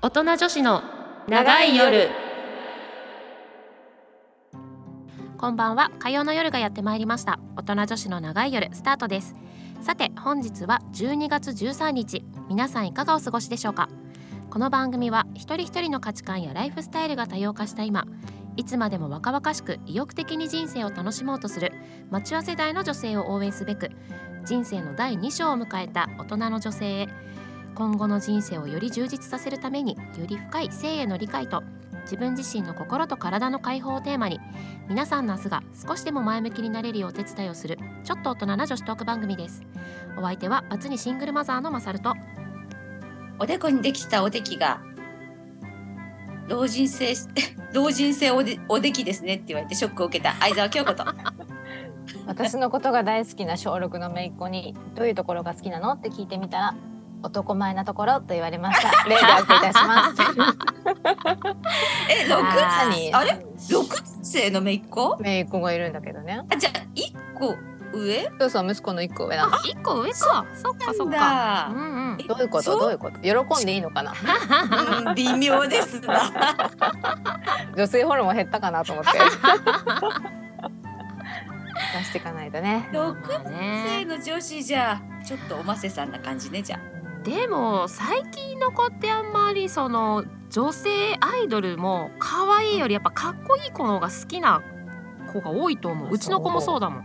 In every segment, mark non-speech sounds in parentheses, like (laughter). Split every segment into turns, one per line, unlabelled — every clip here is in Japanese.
大人女子の長い夜こんばんは火曜の夜がやってまいりました大人女子の長い夜スタートですさて本日は12月13日皆さんいかがお過ごしでしょうかこの番組は一人一人の価値観やライフスタイルが多様化した今いつまでも若々しく意欲的に人生を楽しもうとするマチュア世代の女性を応援すべく人生の第2章を迎えた大人の女性へ今後の人生をより充実させるためにより深い性への理解と自分自身の心と体の解放をテーマに皆さんの明日が少しでも前向きになれるようお手伝いをするちょっと大人な女子トーク番組ですお相手はバツにシングルマザーのマサルと
おでこにできたおできが老人性 (laughs) 老人性おでおできですねって言われてショックを受けた相沢京子と
私のことが大好きな小6の姪っ子にどういうところが好きなのって聞いてみたら男前なところと言われました。
(laughs)
例がお受けいたします。
え六
あ
ー
あれ六生のめいっ子
姪っ子がいるんだけどね。
あじゃあ一個上
そうそう息子の一個上なの。
一個上かそっかそっかう
なん
んうん
どういうこと
そう
どういうこと喜んでいいのか
(laughs)
な。
だ、うん、微妙ですな
女性ホルモン減ったかなと思って。 (laughs) 出していかないとね。
六
まあ
生
ね
の女子じゃちょっとおませさんな感じねじゃあ
でも最近の子ってあんまりその女性アイドルも可愛いよりやっぱかっこいい子の方が好きな子が多いと思ううちの子もそうだもん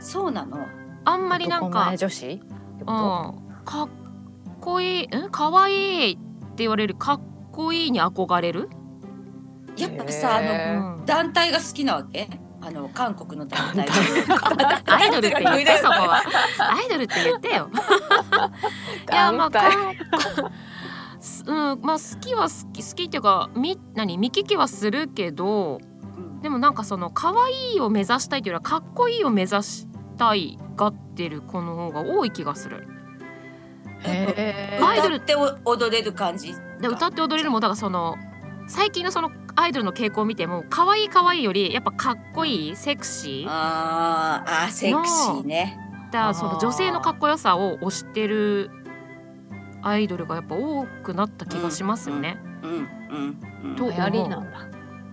そうなの
あんまりなん
男
か
前女子ってこ
うん、かっこいいんかわいいって言われるかっこいいに憧れる、
やっぱさあ
う
へえ
の
ん、
団体が好きなわけあの韓国の団体が
アイドルって言 (laughs) ってそこはアイドルって言ってよ
と。
いやまあ
団体
かす (laughs) うんまあ好きは好き好きっていうかみ何見聞きはするけど
うん
でもなんかその可愛いを目指したいというよりはかっこいいを目指したいがってる子の方が多い気がする。
へ
ア
ー
イドル
歌ってお踊れる感じ
で歌って踊れるもだからその最近のそのアイドルの傾向を見ても可愛い可愛いよりやっぱかっこいいセクシー
あーあーセクシーね。
だ
あー
その女性のかっこよさを推してるアイドルがやっぱ多くなった気がしますよね。
うんうんうん。
と
流行りなんだ。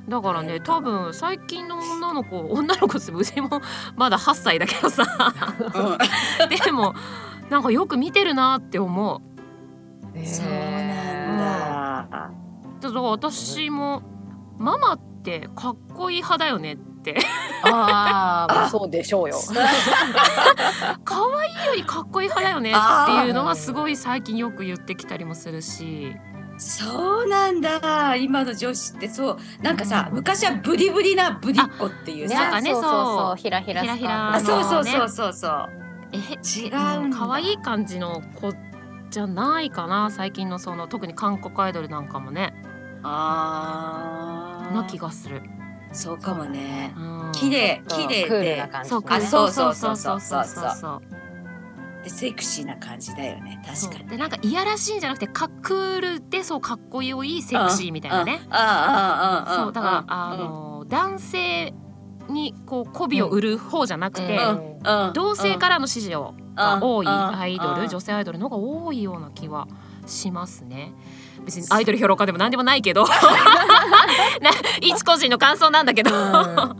だからね多分最近の女の子女の子ってうちもまだ8歳だけど
(laughs)
さ
うん
でもなんかよく見てるなって思う。
そうなんだ。
だから私もママってかっこいい派だよねって
あーまあそうでしょ
(laughs)
うよ。
可愛いよりかっこいい派だよねっていうのはすごい最近よく言ってきたりもするし
そうなんだ。今の女子ってそうなんかさ、
うん
昔はブリブリなブリっ子っていう
ねなん
さ。
かね
そうそう
そ
そううひらひら
ひらひら
あそうそう
ね
そうそうそう。
え
違うんだ
うん可愛い感じの子じゃないかな最近のその特に韓国アイドルなんかもね
ああ。
な気がする。
そうかもね。
うん
綺麗綺麗
クールな
で
感じ
そうか
あそうそうそうそうそうそう
そう
でセクシーな感じだよね。
そう
確かに。
でなんかいやらしいんじゃなくてかっクールでそうかっこよいセクシーみたいなね。
ああああああ。
そうだから
あ
あの男性にこう媚びを売る方じゃなくて、
うんの
同性からの支持をが多いアイドル、女
性
性アイドルの方が多いような気はしますね。別にアイドル評論家でも何でもないけど
(laughs)
な一個人の感想なんだけど、なんか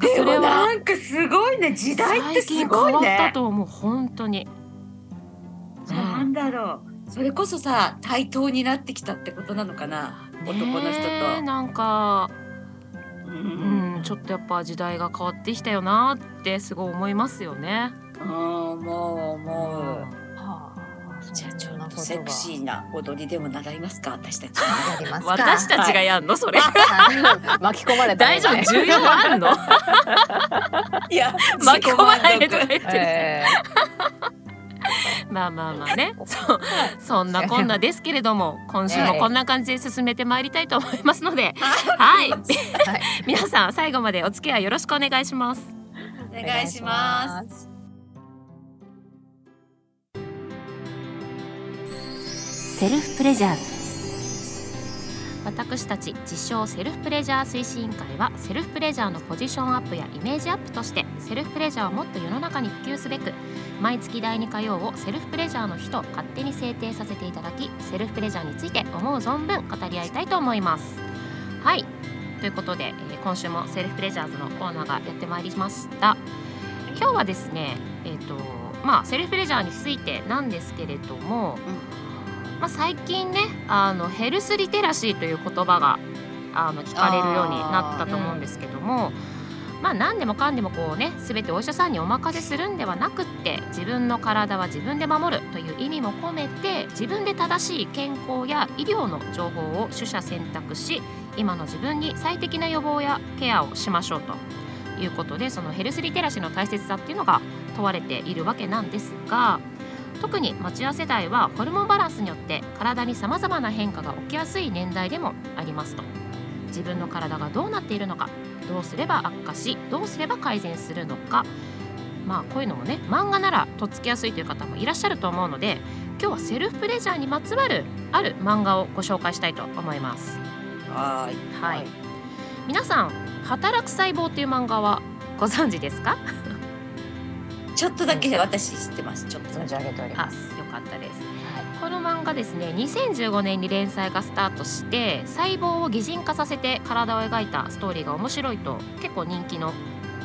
で
それ
も
は
なんかすごいね時代って
最
す
近変
ご
わ
い
った
ね。
と思う本当に。うん
なんだろうそれこそさ対等になってきたってことなのかな、男の人と
ねえなんか、
う
うんん、ちょっとやっぱ時代が変わってきたよなってすごい思いますよね。
うんもうもう
は
じゃあちょっとセクシ
ー
ーな踊りでも習いますか私たち
やりますか。
私たちがやんのそれ。
巻き込まれた
大
ね
丈夫重要あんの
いや
巻き込まないでとか言ってる、
(laughs) え
まあまあまあねそう (laughs) そんなこんなですけれども今週もこんな感じで進めてまいりたいと思いますのではい
ーはい
(laughs) 皆さん最後までお付き合いよろしくお願いします
お願いします
セルフプレジャー私たち自称セルフプレジャー推進委員会はセルフプレジャーのポジションアップやイメージアップとしてセルフプレジャーをもっと世の中に普及すべく毎月第2火曜をセルフプレジャーの日と勝手に制定させていただきセルフプレジャーについて思う存分語り合いたいと思います。はいということで、えー今週もセルフプレジャーズのコーナーがやってまいりました。今日はですね、えっとまあ、セルフプレジャーについてなんですけれども、まあ、最近ねあのヘルスリテラシーという言葉があの聞かれるようになったと思うんですけども。まあ、何でもかんでもこうね全てお医者さんにお任せするんではなくって自分の体は自分で守るという意味も込めて自分で正しい健康や医療の情報を取捨選択し今の自分に最適な予防やケアをしましょうということでそのヘルスリテラシーの大切さっていうのが問われているわけなんですが特に町屋世代はホルモンバランスによって体にさまざまな変化が起きやすい年代でもありますと自分の体がどうなっているのかどうすれば悪化しどうすれば改善するのかまあこういうのもね漫画ならとっつきやすいという方もいらっしゃると思うので今日はセルフプレジャーにまつわるある漫画をご紹介したいと思います。
はーい。
はい、
はい
皆さん「働く細胞」っていう漫画はご存知ですか
ちょっとだけ私知ってます。ちょっとだ
存
け
じ上げており
あ
ます。
よかったです
はい
この漫画ですね2015年に連載がスタートして細胞を擬人化させて体を描いたストーリーが面白いと結構人気の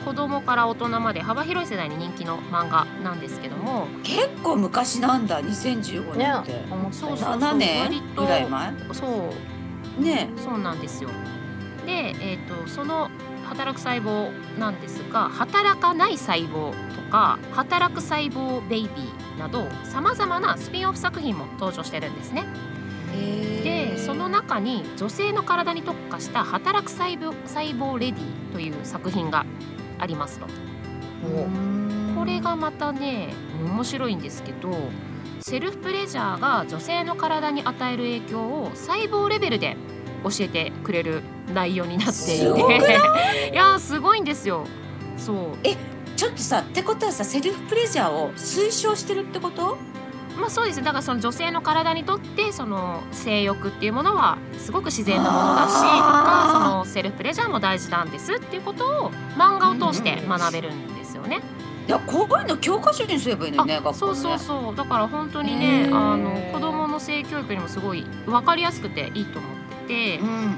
子供から大人まで幅広い世代に人気の漫画なんですけども
結構昔なんだ。2015
ね
年って。、
思った
そう
よ
そう
7
割
年
と
ぐらい前。
そう
ね。
そうなんですよで、えー、とその働く細胞なんですが働かない細胞とか働く細胞ベイビーなどさまざまなスピンオフ作品も登場してるんですね。でその中に女性の体に特化した「働く細胞細胞レディ」という作品がありますと。これがまたね面白いんですけどセルフプレジャーが女性の体に与える影響を細胞レベルで教えてくれる内容になってい
すごくな
ていやーすごいんですよ。そう
ちょっとさってことはさセルフプレジャーを推奨してるってこと
まあそうですねだからその女性の体にとってその性欲っていうものはすごく自然なものだしとか
あー
そのセルフプレジャーも大事なんですっていうことを漫画を通して学べるんですよね。
いやこういうの教科書にすればいいのよね
あ
学
そ
校
う
ね
そうそうだから本当にね
へー
あの子どもの性教育にもすごい分かりやすくていいと思ってて、
んうん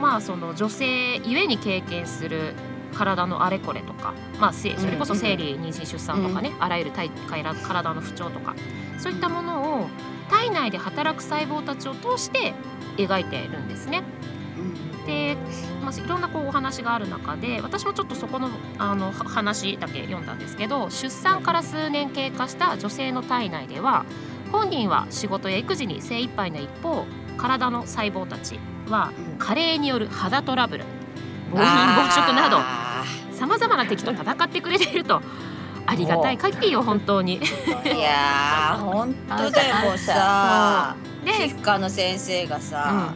まあその女性ゆえに経験する体のあれこれとか、まあ、せそれこそ生理妊娠出産とかね、あらゆる体から体の不調とかそういったものを体内で働く細胞たちを通して描いているんですね。で、まあ、いろんなこうお話がある中で私もちょっとそこのあのは話だけ読んだんですけど出産から数年経過した女性の体内では本人は仕事や育児に精一杯な一方体の細胞たちは
うん
加齢による肌トラブル暴飲暴食など
あ
さまざまな敵と戦ってくれているとありがたい限りよ本当に。
ーいやー本当だよもうさ皮
で
膚科の先生がさ、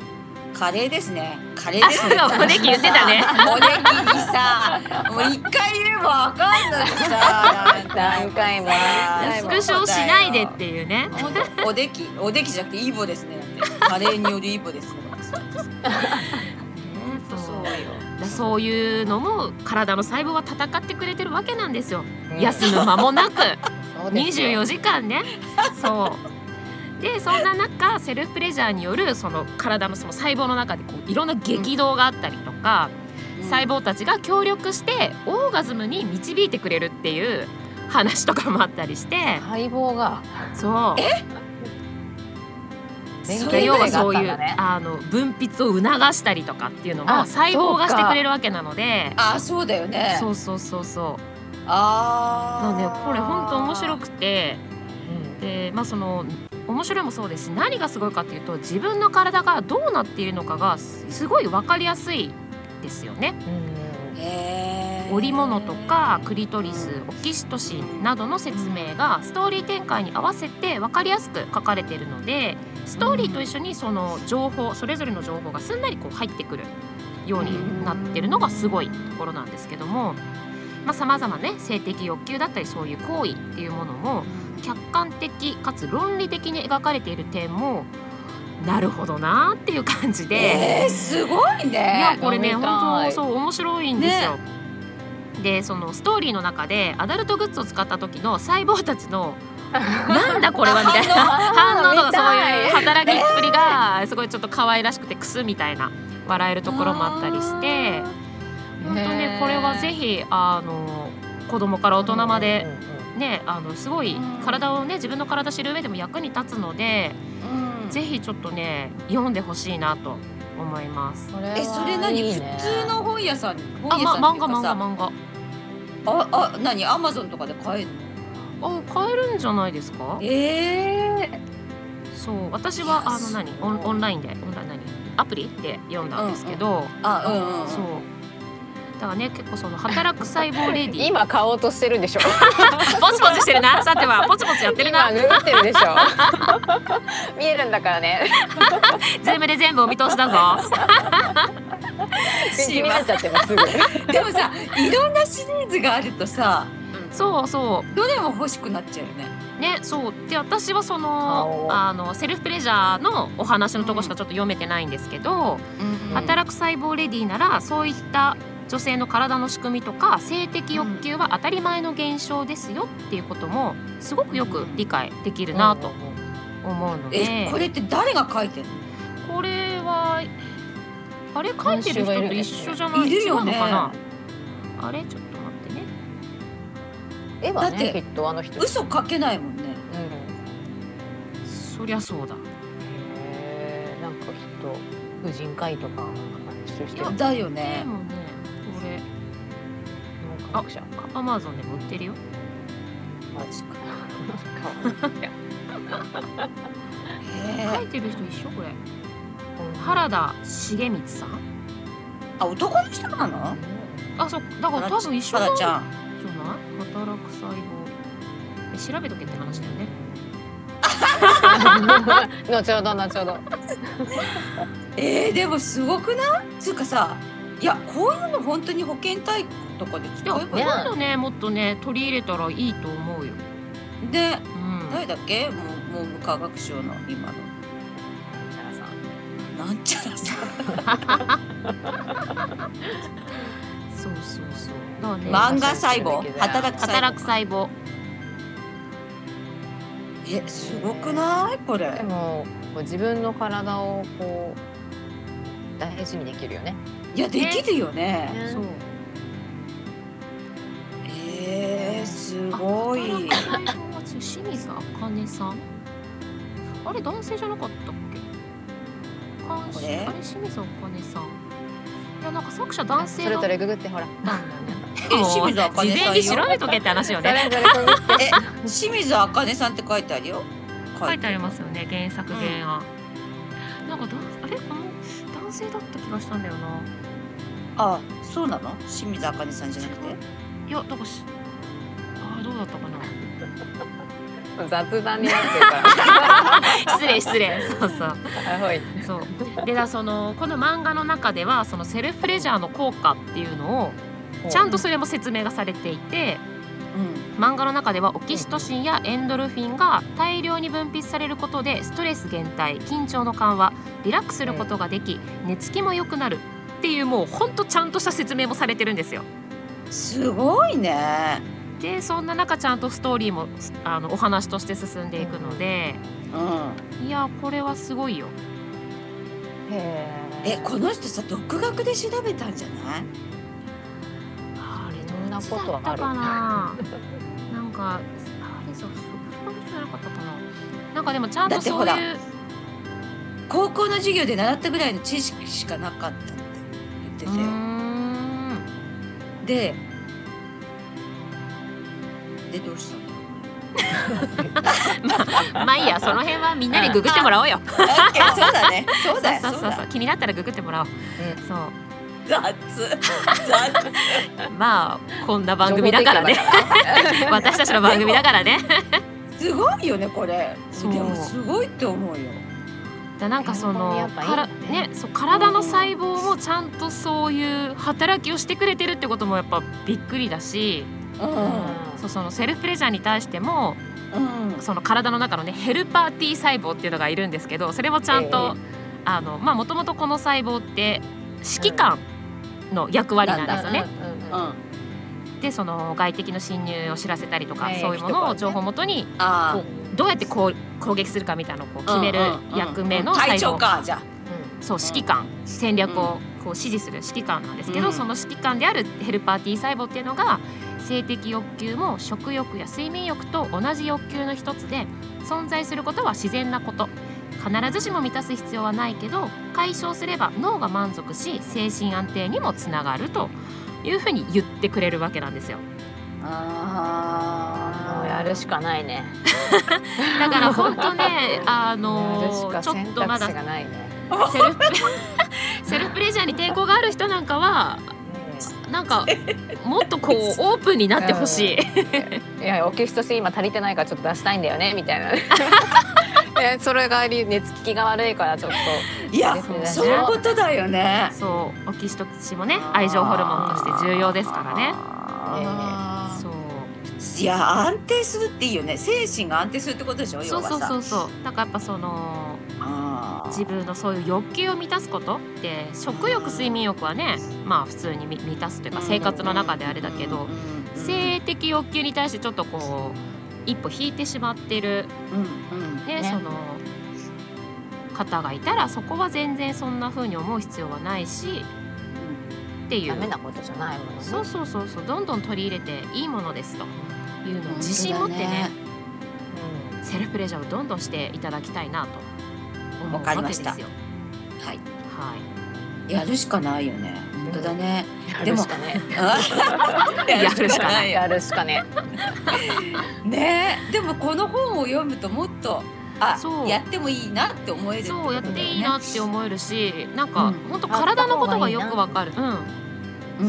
カレーですねカレー
あ
です
そう
ね
だおねき言ってたね。
おねきにさもう一回言えばわかんのにさ
何回も何回
ス
も
クショしないでっていうね。
ほんとおできおできじゃなくてイボですねカレーによるイボですねそうよ
だそういうのも体の細胞は戦ってくれてるわけなんですよ
うん
休む間もなく
そうですよ
24時間ねそうでそんな中セルフプレジャーによるその体のその細胞の中でこういろんな激動があったりとか、細胞たちが協力してオーガズムに導いてくれるっていう話とかもあったりして
細胞が
そう
連
そ
で
れ
携
要
があ
は
った
そ
ん
ういう
だね
あの分泌を促したりとかっていうのも
あ
細胞が
そうか
してくれるわけなので
あそうだよね
そうそうそうそう
あ
な
あ
のでこれ本当面白
く
くてでまあその面白いもそうですし何がすごいかっていうと自分の体がどうなっているのかがすすごい分かりやすいですよね。
うん
織物とかクリトリスオキシトシンなどの説明がストーリー展開に合わせて分かりやすく書かれているのでストーリーと一緒にその情報それぞれの情報がすんなりこう入ってくるようになってるのがすごいところなんですけどもさまざ、まね性的欲求だったりそういう行為っていうものも客観的かつ論理的に描かれている点もなるほどなっていう感じで、
えー、すごい
い
ね
やこれね
飲みたい
本当そう面白いんですよ。でそのストーリーの中でアダルトグッズを使った時の細胞たちの (laughs) 「なんだこれは」みた
(laughs)
いな反応とかそういう働きっぷりがすごいちょっと可愛らしくてクスみたいな笑えるところもあったりして本当ねこれはぜひあの子供から大人まで、ね、あのすごい
うん
体をね自分の体知る上でも役に立つのでぜひちょっとね読んでほしいなと思います。
えそれ何
いいね
普通の本屋さん
あ、
本屋
ま、
さんっ
漫
ていう
画
か
漫
さ
画漫画
ああ何アマゾンとかで買えるの
あ買えるんじゃないですか
え
そう私
い
は
や
あの何オンオンラインでオンライン何アプリで読んだんですけど、
ー、あうんうん
そうだからね結構その働く細胞レディ
今買おうとしてるんでしょ。
ポチポチしてるなさてはポチポチやってる
今
な
ググってるでしょ。 (laughs) 見えるんだからね。
ズームで全部お見通しだぞ
気になっちゃってますすぐ。
でもさいろんなシリーズがあるとさ
そうそ
どれも欲しくなっちゃうよね
うねそうで私はその
顔
あのセルフプレジャーのお話のとこしかちょっと読めてないんですけど、
うん
働く細胞レディならそういった女性の体の仕組みとか性的欲求は当たり前の現象ですよっていうこともすごくよく理解できるなと思うので、
えこれって誰が書いてんの
これはあれ書いてる人と一緒じゃない
いるよね
違うのかなあれちょっと待ってね
絵は
だって
ねきっとあの人。
嘘書けないもんね
うん
そりゃそうだ
へーなんかきっと婦人会とかなんか出してるの
だよ
で
ね
もねこれ
かもしれない
アマゾンでも売ってるよ
マジかへ
書
ー
いてる人一緒これ原田重光さん
あ男の人なの
あそうだから多分一緒
あ
なん
ら
じ
ち
ゃない
ゃん
働く細胞え調べとけって話だよね
後ほど後ほど。
えー、でもすごくないつうかさいやこういうの本当に保健体育とかで
いや
使
こ
え
う
ば
い
いうい
のねもっとね取り入れたらいいと思うよ
で
うん
誰だっけもう文部科学省の今のなんちゃらさ
そうそうそうだからね
漫画細胞働く細胞
働く細胞
えすごくないこれ
でもこう自分の体をこう大事にできるよね。
いやできるよね
そう
えー、すごい
働く細胞は違う清水茜さんあれ男性じゃなかったっけ監
こ
視
れ
あれ清水茜さんいやなんか作者男
男
性
性そ
だ
れ
ったんだよ
ぞれググってほら。
ね
え
もう
清水茜さんよ
事前に調べとけって話よ
それ
ね
ぞれググ (laughs) って。
え清水あかねさんって書いてあるよ
書いてありますよね原作原案、なんかだあれこの男性だった気がしたんだよな
あそうなの清水あかねさんじゃなくて
いやだからしあーどうだったかな
雑談になってるか
(laughs) 失礼失礼そうそう
(laughs) ら。あほい。
そうでだそのこの漫画の中ではそのセルフレジャーの効果っていうのをちゃんとそれも説明がされていて
うん
漫画の中ではオキシトシンやエンドルフィンが大量に分泌されることでストレス減退緊張の緩和リラックスすることができ寝つきも良くなるっていうもうほんとちゃんとした説明もされてるんですよ。
すごいね
でそんな中ちゃんとストーリーもすあのお話として進んでいくので
うん
いやこれはすごいよ。
へ
えこの人さ独学で調べたんじゃない
あれ
そんなこと
だった
ある
かな。なんかあれそうそうじゃなかったかな。なんかでもちゃん
だ
と
って
そ
ほ
う
ら
いう
高校の授業で習ったぐらいの知識しかなかったって
うー
言
ん
っててででどうしたの
まあいいやその辺はみんなでググってもらおうよ。
オッケーそうだねそうだよ
そう
そう
そうそ
だ
う気になったらググってもらおう。
ん
そう
雑雑
まあこんな番組だからね。 (laughs) 私たちの番組だからね。
すごいよねこれ
そう
でもすごいって思うよ
だなんかそ
エア
の
コン
か
や
ら
っぱいいね
ねそう体の細胞もちゃんとそういう働きをしてくれてるってこともやっぱびっくりだし
うん
そうそのセルフプレジャーに対しても
うん
その体の中のねヘルパー T 細胞っていうのがいるんですけどそれもちゃんと、あのまあもともとこの細胞って指揮官の役割なんですよね。
うんうんうんうん
うん
でその外敵の侵入を知らせたりとか、
ええ
そういうものを情報をもとに
あ
こうどうやってこう攻撃するかみたいなのをこう
あ
決める役目の細
隊
胞、
長かじゃ
そう指揮官戦略をこう指示する指揮官なんですけど、
うん
その指揮官であるヘルパー T 細胞っていうのが性的欲求も食欲や睡眠欲と同じ欲求の一つで存在することは自然なこと必ずしも満たす必要はないけど解消すれば脳が満足し精神安定にもつながるというふうに言ってくれるわけなんですよ。
あ
もうやるしかないね。
だから本当 (laughs) ねあの
やるしか
ちょっ
選
とま
択
だ
肢がないね。
セルフ (laughs) セルフプレジャーに抵抗がある人なんかはなんかもっとこう (laughs) オープンになってほしい。
うんいやオキシトシン今足りてないからちょっと出したいんだよねみたい (laughs) な。えそれがり熱気が悪いからちょっと
いや
そう
そういうことだよね
(laughs) そうオキシトシンもね愛情ホルモンとして重要ですからね。
あー
そう
いや安定するっていいよね精神が安定するってことでしょ
そうそうそううそう。だからやっぱその自分のそういう欲求を満たすことって食欲睡眠欲はねまあ普通にみ満たすというか生活の中であれだけど性的欲求に対してちょっとこう一歩引いてしまってるね
ね
その方がいたらそこは全然そんな風に思う必要はないしっていう
ダメなことじゃないものね。
そうそうそうそうどんどん取り入れていいものですというのを自信持ってね
う
セルフプレジャーをどんどんしていただきたいなと思う
わか
わけ
りま
で
し
す
た
よ。
は
は
い
い
やるしかないよね本当だね
ん。やるしかね。
あ
(laughs)
ー
やるしかな
やるしかね。
ねえでもこの本を読むともっとあ
そう
やってもいいなって思える
そうやっていい
っ
なって思えるしなんか
うん
本当体のことがよくわかる。うん
てことだよね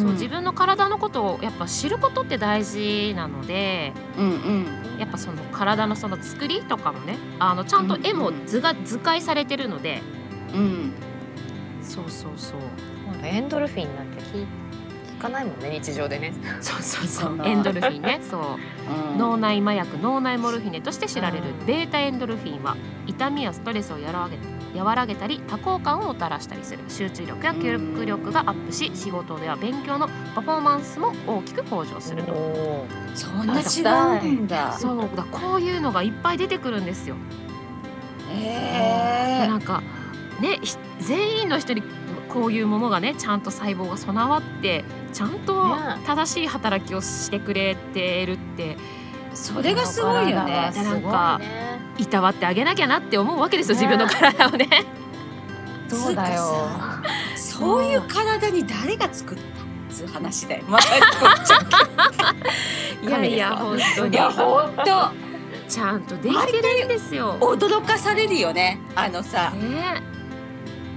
そう自分の体のことをやっぱ知ることって大事なので
うんうん
やっぱその体のその作りとかもねあのちゃんと絵も図が図解されてるので
うん
そうそうそう
なんかエンドルフィンなんて聞かないもんね日常でね。
そうそうそ
そう
う
な
エンドルフィン (laughs) ねそう
うん
脳内麻薬脳内モルフィネとして知られる
うん
ベータエンドルフィンは痛みやストレスを和らげ和らげたり多幸感をもたらしたりする集中力や記憶力がアップし仕事では勉強のパフォーマンスも大きく向上すると
お
そんな違うんだ
そうだこういうのがいっぱい出てくるんですよ。
え
なんかねひ全員の人にこういうものがねちゃんと細胞が備わってちゃんと
ね
正しい働きをしてくれてるって
ーそれがすごいよね
すごいね
なんか
いたわってあげなきゃなって思うわけですよ自分の体をね。
そうだよ。
そういう体に誰が作ったつう話だよまたこっちゃう
いやいや
神
本当
い
に
や本
ちゃんとできてるんですよ。
当驚かされるよねあのさ
ね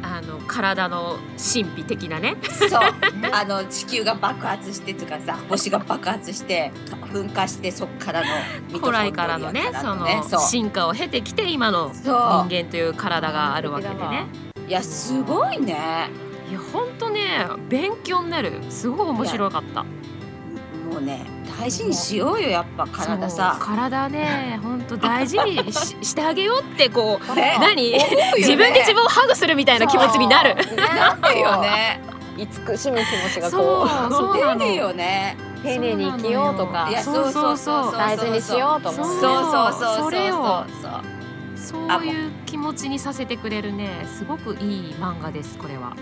あの体の神秘的なね。
そうあの地球が爆発してとかさ星が爆発してか噴火してそっからのミトコンド
古
リ
来
ア
からのねその
そう
進化を経てきて今の人
そ
間という体があるわけでね。
ういやすごいね
いや本当ね勉強になるすごい面白かった。
もうね大事にしようよやっぱ体
そう
さ
体ね本当大事にししてあげようってこう
ね
何、
思うよね
自分で自分をハグするみたいな気持ちになる。
なるよね
慈しむ気持ちが
そ
こ
う
う
そうなの
出るよね
丁寧に生きようとか
いや
そうそうそう
大事にしようと
そう
思
そう
う。
そうそう
それを
そう
そういう気持ちにさせてくれるねすごくいい漫画ですこれは。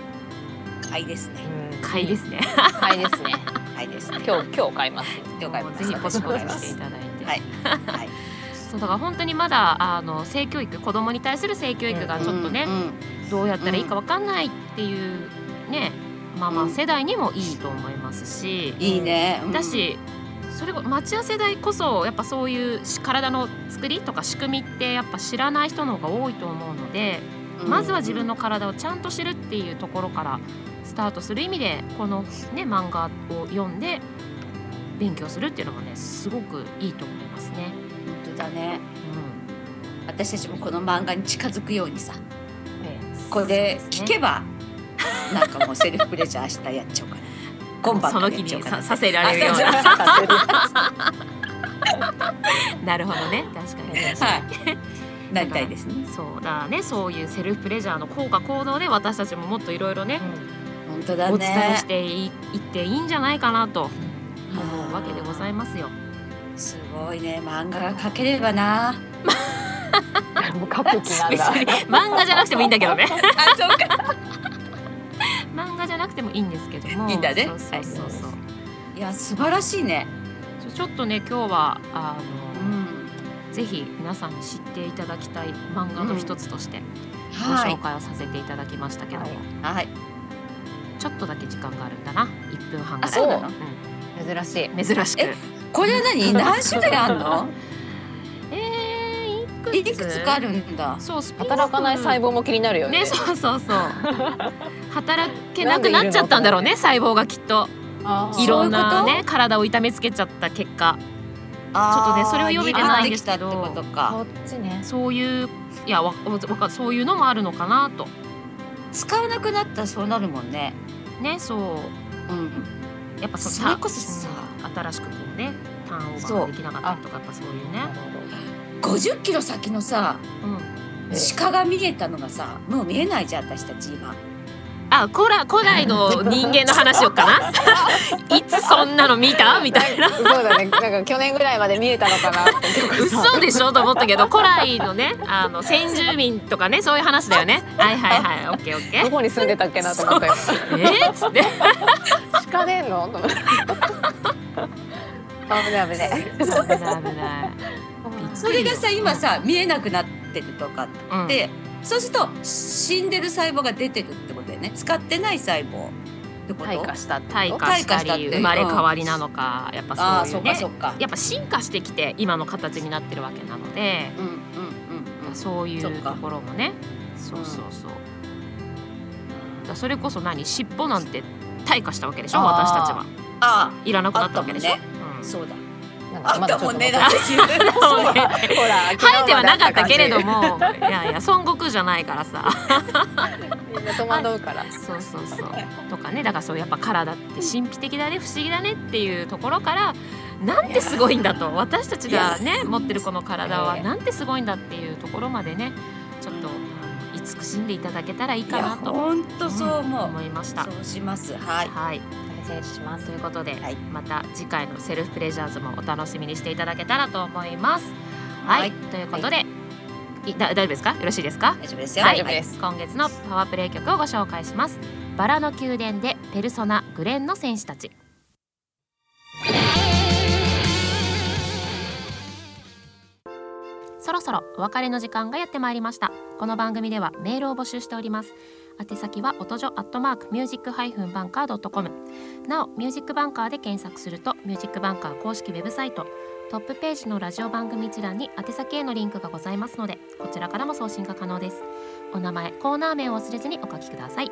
買いですね
うん
買いですね。
買いですね。
買いですね
今日今日買います。
了解
ぜひポチポチしていただいて。
はいはい
そうだから本当にまだあの性教育子供に対する性教育がちょっとね、
うん
どうやったらいいかわかんないっていうねママ世代にもいいと思いますし、
いいねうん
だしそれこ町屋世代こそやっぱそういうし体の作りとか仕組みってやっぱ知らない人の方が多いと思うので、
うん
まずは自分の体をちゃんと知るっていうところからスタートする意味でこのね漫画を読んで勉強するっていうのもねすごくいいと思いますね。
本当だね私たちもこの漫画に近づくようにさこ
そ
れ
うです
聞
ね
けばなんかもうセルフプレジャー明日やっちゃおうかな今
(laughs)
晩
そ
から
の気
やっちゃおう
に
かな
ささせられるような
あさせる
なるほどね確かに、ね
はい。なりたいですね。
そうだねそういうセルフプレジャーの効果行動で私たちももっといろいろね
本当だね。
お伝えしていいっていいんじゃないかなと思うわけでございますよ。
すごいね漫画が描ければな。
もう過去期なん
別
だ。
に漫画じゃなくてもいいんだけ
(laughs)
どね
あそうか。
漫画じゃなくてもいいんですけども
いいんだね
そうそうそうそう、
いや素晴らしいね。
ちょちょっとね今日はあ
う
の、
ん。
ぜひ皆さんに知っていただきたい漫画の一つとしてご
はい
紹。介をさせていただきましたけども、
はい
はい。
ちょっとだけ時間があるんだな1分半ぐ
あ
らい
そうなの。
珍しい。
うん珍しくえ
えこれは何
(laughs)
何種類あんの？
えー、
い
いくつ
くつかあるんだ。
そうスピンオフ
働かない細胞も気になるよね。
ねそうそうそう働けなくなっちゃったんだろうね細胞がきっと
あー
いろんな
そういう
ね体を痛めつけちゃった結果
あー
ちょっとねそれを読めてないんですけど
似合ってきたってこと
そ
か
っちね。
そういういやわわかそういうのもあるのかなと
使わなくなったらそうなるもんね
ねそう
うん
やっぱ
そ
た
れこそさ
うん新しくこうねターンオー
そ
バー
う
できなかったりとかやっぱそういうね
なるほ
50キロ先のさ
うん
ど
鹿が見えたのがさもう見えないじゃん私たち今
あ古来古代の人間の話をかないつそんなの見たみたいな
そうだね。なんか去年ぐらいまで見えたのかなって。
(laughs) 嘘でしょと思ったけど古来のねあの先住民とかねそういう話だよねはいはいはいオッケーオッケ
ど
ー
こに住んでたっけなと思ったよ。
えっつって
鹿でんの？と思って。
危な
危ない危ない。
い危ない
それがさ今さ見えなくなってるとか
うん
って、そうすると死んでる細胞が出てるってことだよね使ってない細胞ってこと
退化したってこと。
退化
化
し
したたり
り生まれ変わりなのかやっ
あ
ぱ
あ
そうい
そうう
ね
かそうか
やっぱ進化してきて今の形になってるわけなので
うんうんうんうん
そうい
そっ
うと
か
ころもねそううんそうそう、だからそれこそ何尻尾なんて退化したわけでしょ
あー
私たちは
あ
いらなくなったわけでしょ、
あったあ
うん
そうだ
なんか
あ
ま
っ
だ
た
ちょっと
も
残っ
んね
て
だって死ぬ (laughs)
そうね
ほ (laughs) ら
生えてはなかったけれども
も。
いやいや孫悟空じゃないからさ
みんな戸惑うから。
(laughs) そうそうそうとかねだからそうやっぱ体って神秘的だね不思議だねっていうところからなんてすごいんだと私たちがね持ってるこの体はなんてすごいんだっていうところまでねちょっと慈しんでいただけたらいい
い
か
や
なと
本当そう思う、
思いました。
そうしますはい
はい
失礼します
と。いうことで、
はい
また次回のセルフプレジャーズもお楽しみにしていただけたらと思います。はい、
はい
ということで、いだ大丈夫ですかよろしいですか
大丈夫ですよ
はい
大丈夫です
今月のパワープレイ曲をご紹介しますバラの宮殿でペルソナグレンの戦士たちそろそろお別れの時間がやってまいりましたこの番組ではメールを募集しております宛先は音女アットマークミュージックハイフンバンカードットコムなおミュージックバンカーで検索するとミュージックバンカー公式ウェブサイトトップページのラジオ番組一覧に宛先へのリンクがございますのでこちらからも送信が可能ですお名前コーナー名を忘れずにお書きください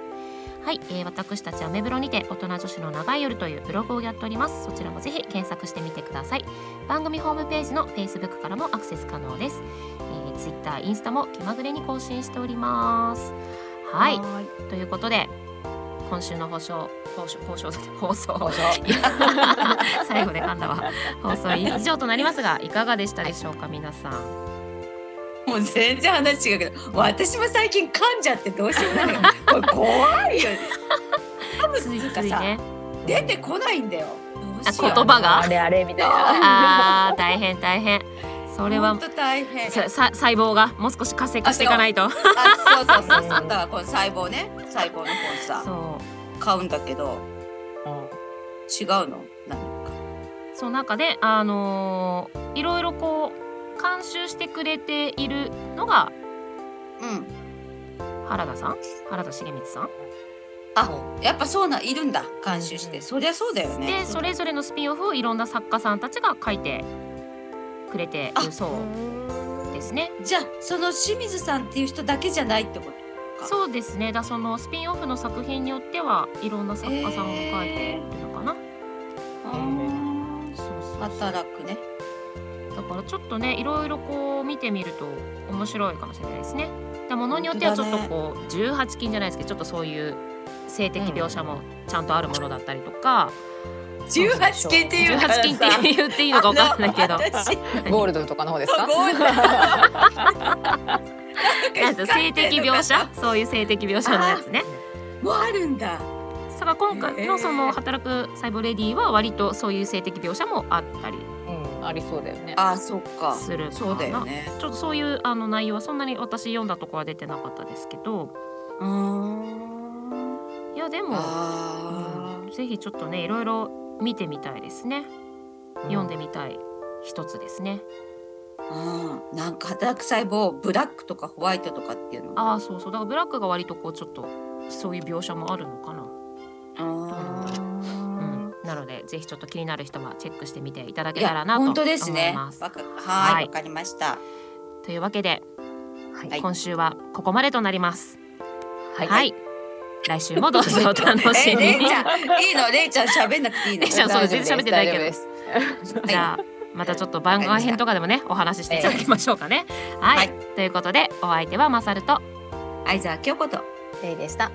はい、えー私たちアメブロにて大人女子の長い夜というブログをやっておりますそちらもぜひ検索してみてください番組ホームページの Facebook からもアクセス可能です、えー、Twitter、インスタも気まぐれに更新しておりますはい
はい
ということで今週の放送放送放送放
(laughs)
送最後で噛んだわ放送以上となりますがいかがでしたでしょうか皆さん
もう全然話違うけど私も最近噛んじゃってどうしようもないよ
(laughs)
これ怖いよ噛むっ
つ
て
い
いう
つ
か
い
さ、
ね
出てこないんだよどうしよう
あ言葉が
あれあれみたいな。
あー大変大変それは
本当大変
ささ細胞がもう少し活性化していかないと
あそうそうそうそうだからこの細胞ね細胞の方さ
そう
買うんだけど
うん
違うのなんか
そう中であのーいろいろこう監修してくれているのが
うん
原田さん原田重光さん
あやっぱそうなんいるんだ監修して、
うん
そりゃそうだよね
でそれぞれのスピンオフをいろんな作家さんたちが書いてくれているそうですね。
じゃあその清水さんっていう人だけじゃないってことか
そうですねだそのスピンオフの作品によってはいろんな作家さんも書いているのかな。
あー
そうそうそう
働くね
だからちょっとねいろいろこう見てみると面白いかもしれないですね。でものによってはちょっとこう、18禁じゃないですけどちょっとそういう性的描写もちゃんとあるものだったりとか、
十八金っていうからさ
18金って言っていいのか分かんないけど
あの私
ゴールドとかの方です
そ
か
うゴールド
なんか性的描写そういう性的描写のやつね
もあるんだ
だから今回のその働く細胞レディーは割とそういう性的描写もあったり
うんありそうだよね
あそっか
するかな
そうだよね
ちょっとそういうあの内容はそんなに私読んだとこは出てなかったですけど
うーん
いやでも、
あ
うんぜひちょっとねいろいろ見てみたいですね読んでみたい一つですね、
ーうんなんか働く細胞ブラックとかホワイトとかっていうの
ああそうそうだからブラックが割とこうちょっとそういう描写もあるのかな、
あ
う
ー
ん、なのでぜひちょっと気になる人はチェックしてみていただけ
い
たら
や
なと思い
本当ですね
ます、
わかは
はい
いわかりました
というわけで、
はい
今週はここまでとなります
は
はい、
い
来週もどうぞお楽し (laughs) み
え
に
れいちゃんいいのれいちゃん喋んなくていいの
れいちゃんそう全然喋ってないけど
大丈夫です
(laughs) じゃあまたちょっと番外編とかでもねお話ししていただきましょうかね。はい、
は
ということでお相手はマサルと
はい相沢京子と
レイでした